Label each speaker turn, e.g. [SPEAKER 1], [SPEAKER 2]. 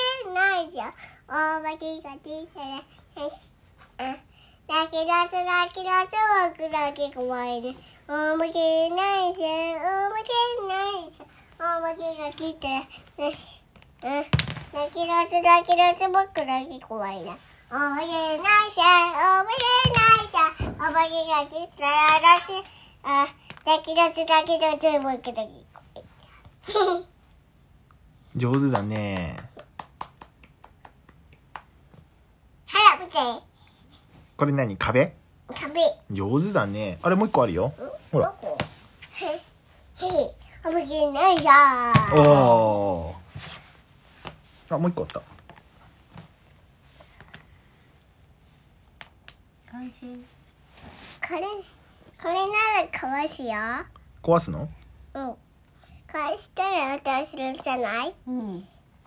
[SPEAKER 1] よ。大化けが小さな変身。あ泣き出す泣き出す僕だけ怖いね。大化けないじゃん。大化けないじゃん。大化けが来て。よし。うん。泣き出す泣き出す僕だけ怖いな。大化けないじゃん。大化けないじゃん。大化けが来たらだし。あ、泣き出す泣き出す僕だけ怖いな。
[SPEAKER 2] 上手だね
[SPEAKER 1] はら見て。
[SPEAKER 2] これ何壁
[SPEAKER 1] 壁。
[SPEAKER 2] 上手だねあれもう一個あるよほら
[SPEAKER 1] どこへへへあぶけないじゃ
[SPEAKER 2] お
[SPEAKER 1] ん
[SPEAKER 2] おーあもう一個あった
[SPEAKER 1] これこれならかわすよ
[SPEAKER 2] 壊すの
[SPEAKER 1] うんこうしたら私のじゃない
[SPEAKER 3] うん。